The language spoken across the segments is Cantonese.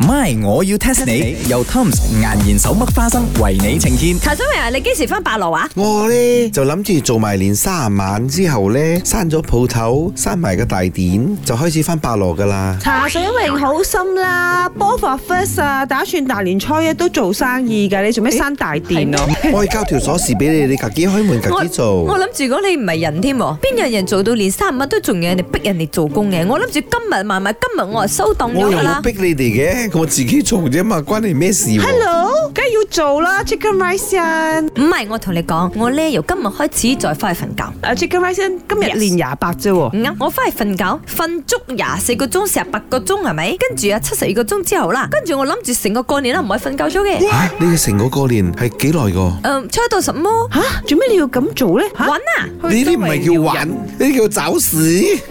My，我要 test 你。由 Tom's 岩鹽手剝花生為你呈現。查小明啊，你幾時翻白羅啊？我呢，就諗住做埋年卅晚之後呢，閂咗鋪頭，閂埋個大典，就開始翻百羅噶啦。茶水榮好心啦，波佛 first 啊，打算大年初一都做生意嘅，你做咩閂大店啊？我去交條鎖匙俾你，你自己開門自己我做。諗住如果你唔係人添喎，邊有人做到連三十蚊都仲有人哋逼人哋做工嘅？我諗住今日買埋，今日我就收檔我又咗啦冇。逼你哋嘅，我自己做啫嘛，關你咩事喎 Hello，梗係要做啦，Chicken Rice 啊！唔係，我同你講，我咧由今日開始再翻去瞓覺。啊，Chicken Rice 啊今日 Yes 年廿八啫唔喎，啱，我翻去瞓覺，瞓足廿四個鐘，成日八個鐘係咪？跟住啊七十二個鐘之後啦，跟住我諗住成個過年啦，唔可以瞓覺咗嘅。嚇你嘅成個過年係幾耐個？嗯，初一到十五，玩吓做咩你要咁做咧？吓啊，呢啲唔係叫玩，呢啲叫找事。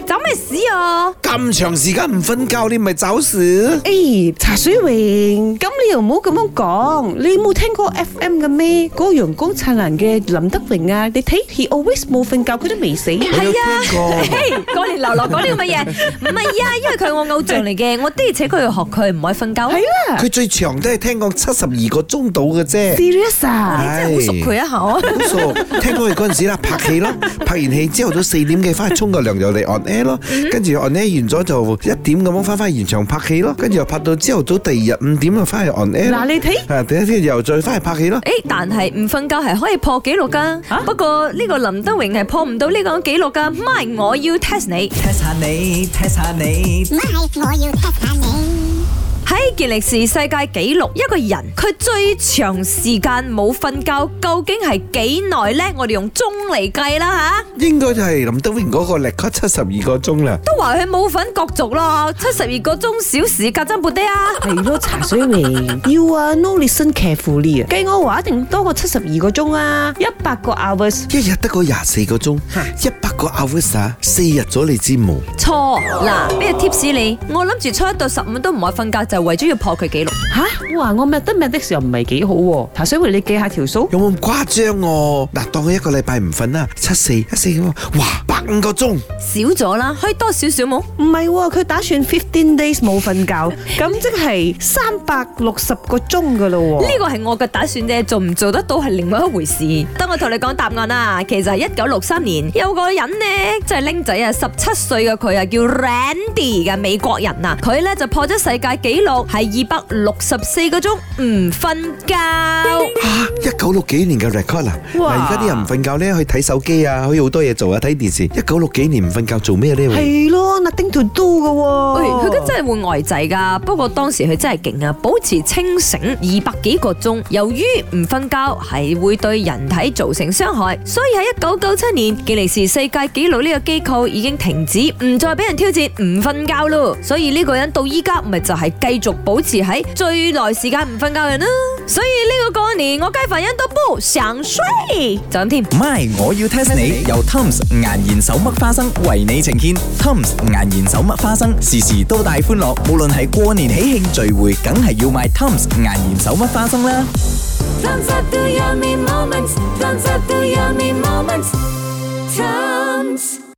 走咩屎啊？咁長時間唔瞓覺，你咪找事。誒，茶水榮，咁你又唔好咁樣講，你冇聽過 FM 嘅咩？嗰個陽光燦爛嘅林德榮啊，你睇 he always 冇瞓覺，佢都未死。我有聽過。啊 嘿，過年流流講呢咁嘅嘢，唔係啊，因為佢係我偶像嚟 嘅，我的而且確要學佢，唔可以瞓覺。係啦佢最長都係聽講七十二個鐘到嘅啫。 ，serious 啊！真係好熟佢啊 嚇！好熟，聽講佢嗰陣時啦，拍戲啦，拍完戲之後到四點幾翻去沖個涼又嚟 on air 咯，嗯跟住 on air 完咗就一點咁樣翻翻現場拍戲咯，跟住又拍到朝頭早第二日五點又翻去 on air 咯。嗱，你睇。啊，第一天又再翻去拍戲咯。誒，但係唔瞓覺係可以破紀錄噶。不過呢個林德榮係破唔到呢個紀錄噶。咪，我要 test 你。 test 下你，test 下你 My，我要 test 下你。喺健力士世界紀錄，一個人佢最長時間冇瞓覺，究竟係幾耐呢？我哋用鐘嚟計啦嗯應該就係林德榮嗰個力克七十二個鐘啦。吓，都話佢冇份角逐咯，七十二個鐘小時隔真半啲啊！係咯，茶水味。要啊，no listen carefully 啊。計我話一定多過七十二個鐘啊，一百個 hours。一日得個廿四個鐘，一百個 hours 啊四日咗你知冇？錯嗱，俾個 tips 你，我諗住初一到十五都唔可以瞓覺，就係為咗要破佢紀錄。吓，哇！我 m 得 m 的時候唔係幾好喎。茶水味，你計下條數。有冇咁誇張喎？嗱，當佢一個禮拜唔瞓啦，七四一四咁啊，哇，百五個鐘，少咗啦，可以多少少冇？唔係喎，佢打算 fifteen days 冇瞓覺，咁即係三百六十個鐘噶咯呢個係我嘅打算啫，做唔做得到係另外一回事。等我同你講答案啦，其實係一九六三年有個人呢，即係僆仔啊，十七歲嘅佢啊，叫 Randy 嘅美國人啊，佢呢就破咗世界紀錄，係二百六十四個鐘唔瞓覺。嚇，一九六幾年嘅 record 啊！嗱，哇而家啲人唔瞓覺咧，去睇手機啊，可以好多嘢做啊，睇電視。一九六幾年唔瞓覺做咩咧？喎。係咯，nothing to do 喂，佢噶咁喎。真係會呆滯㗎，不過當時佢真係勁啊，保持清醒二百幾個鐘。由於唔瞓覺係會對人體造成傷害，所以喺一九九七年健力士世界紀錄呢個機構已經停止，唔再俾人挑戰唔瞓覺咯。所以呢個人到依家咪就係繼續保持喺最耐時間唔瞓覺嘅人啦。所以呢個過年我雞凡人都不想睡，就咁添。 ，My，我要 test 你。由 Tom's 岩鹽手剝花生為你呈現。Tom's 岩鹽手剝花生時時都帶歡樂，無論係過年喜慶聚會，梗係要買 Tom's 岩鹽手剝花生啦。 Moments, dance up the yummy moments. Times.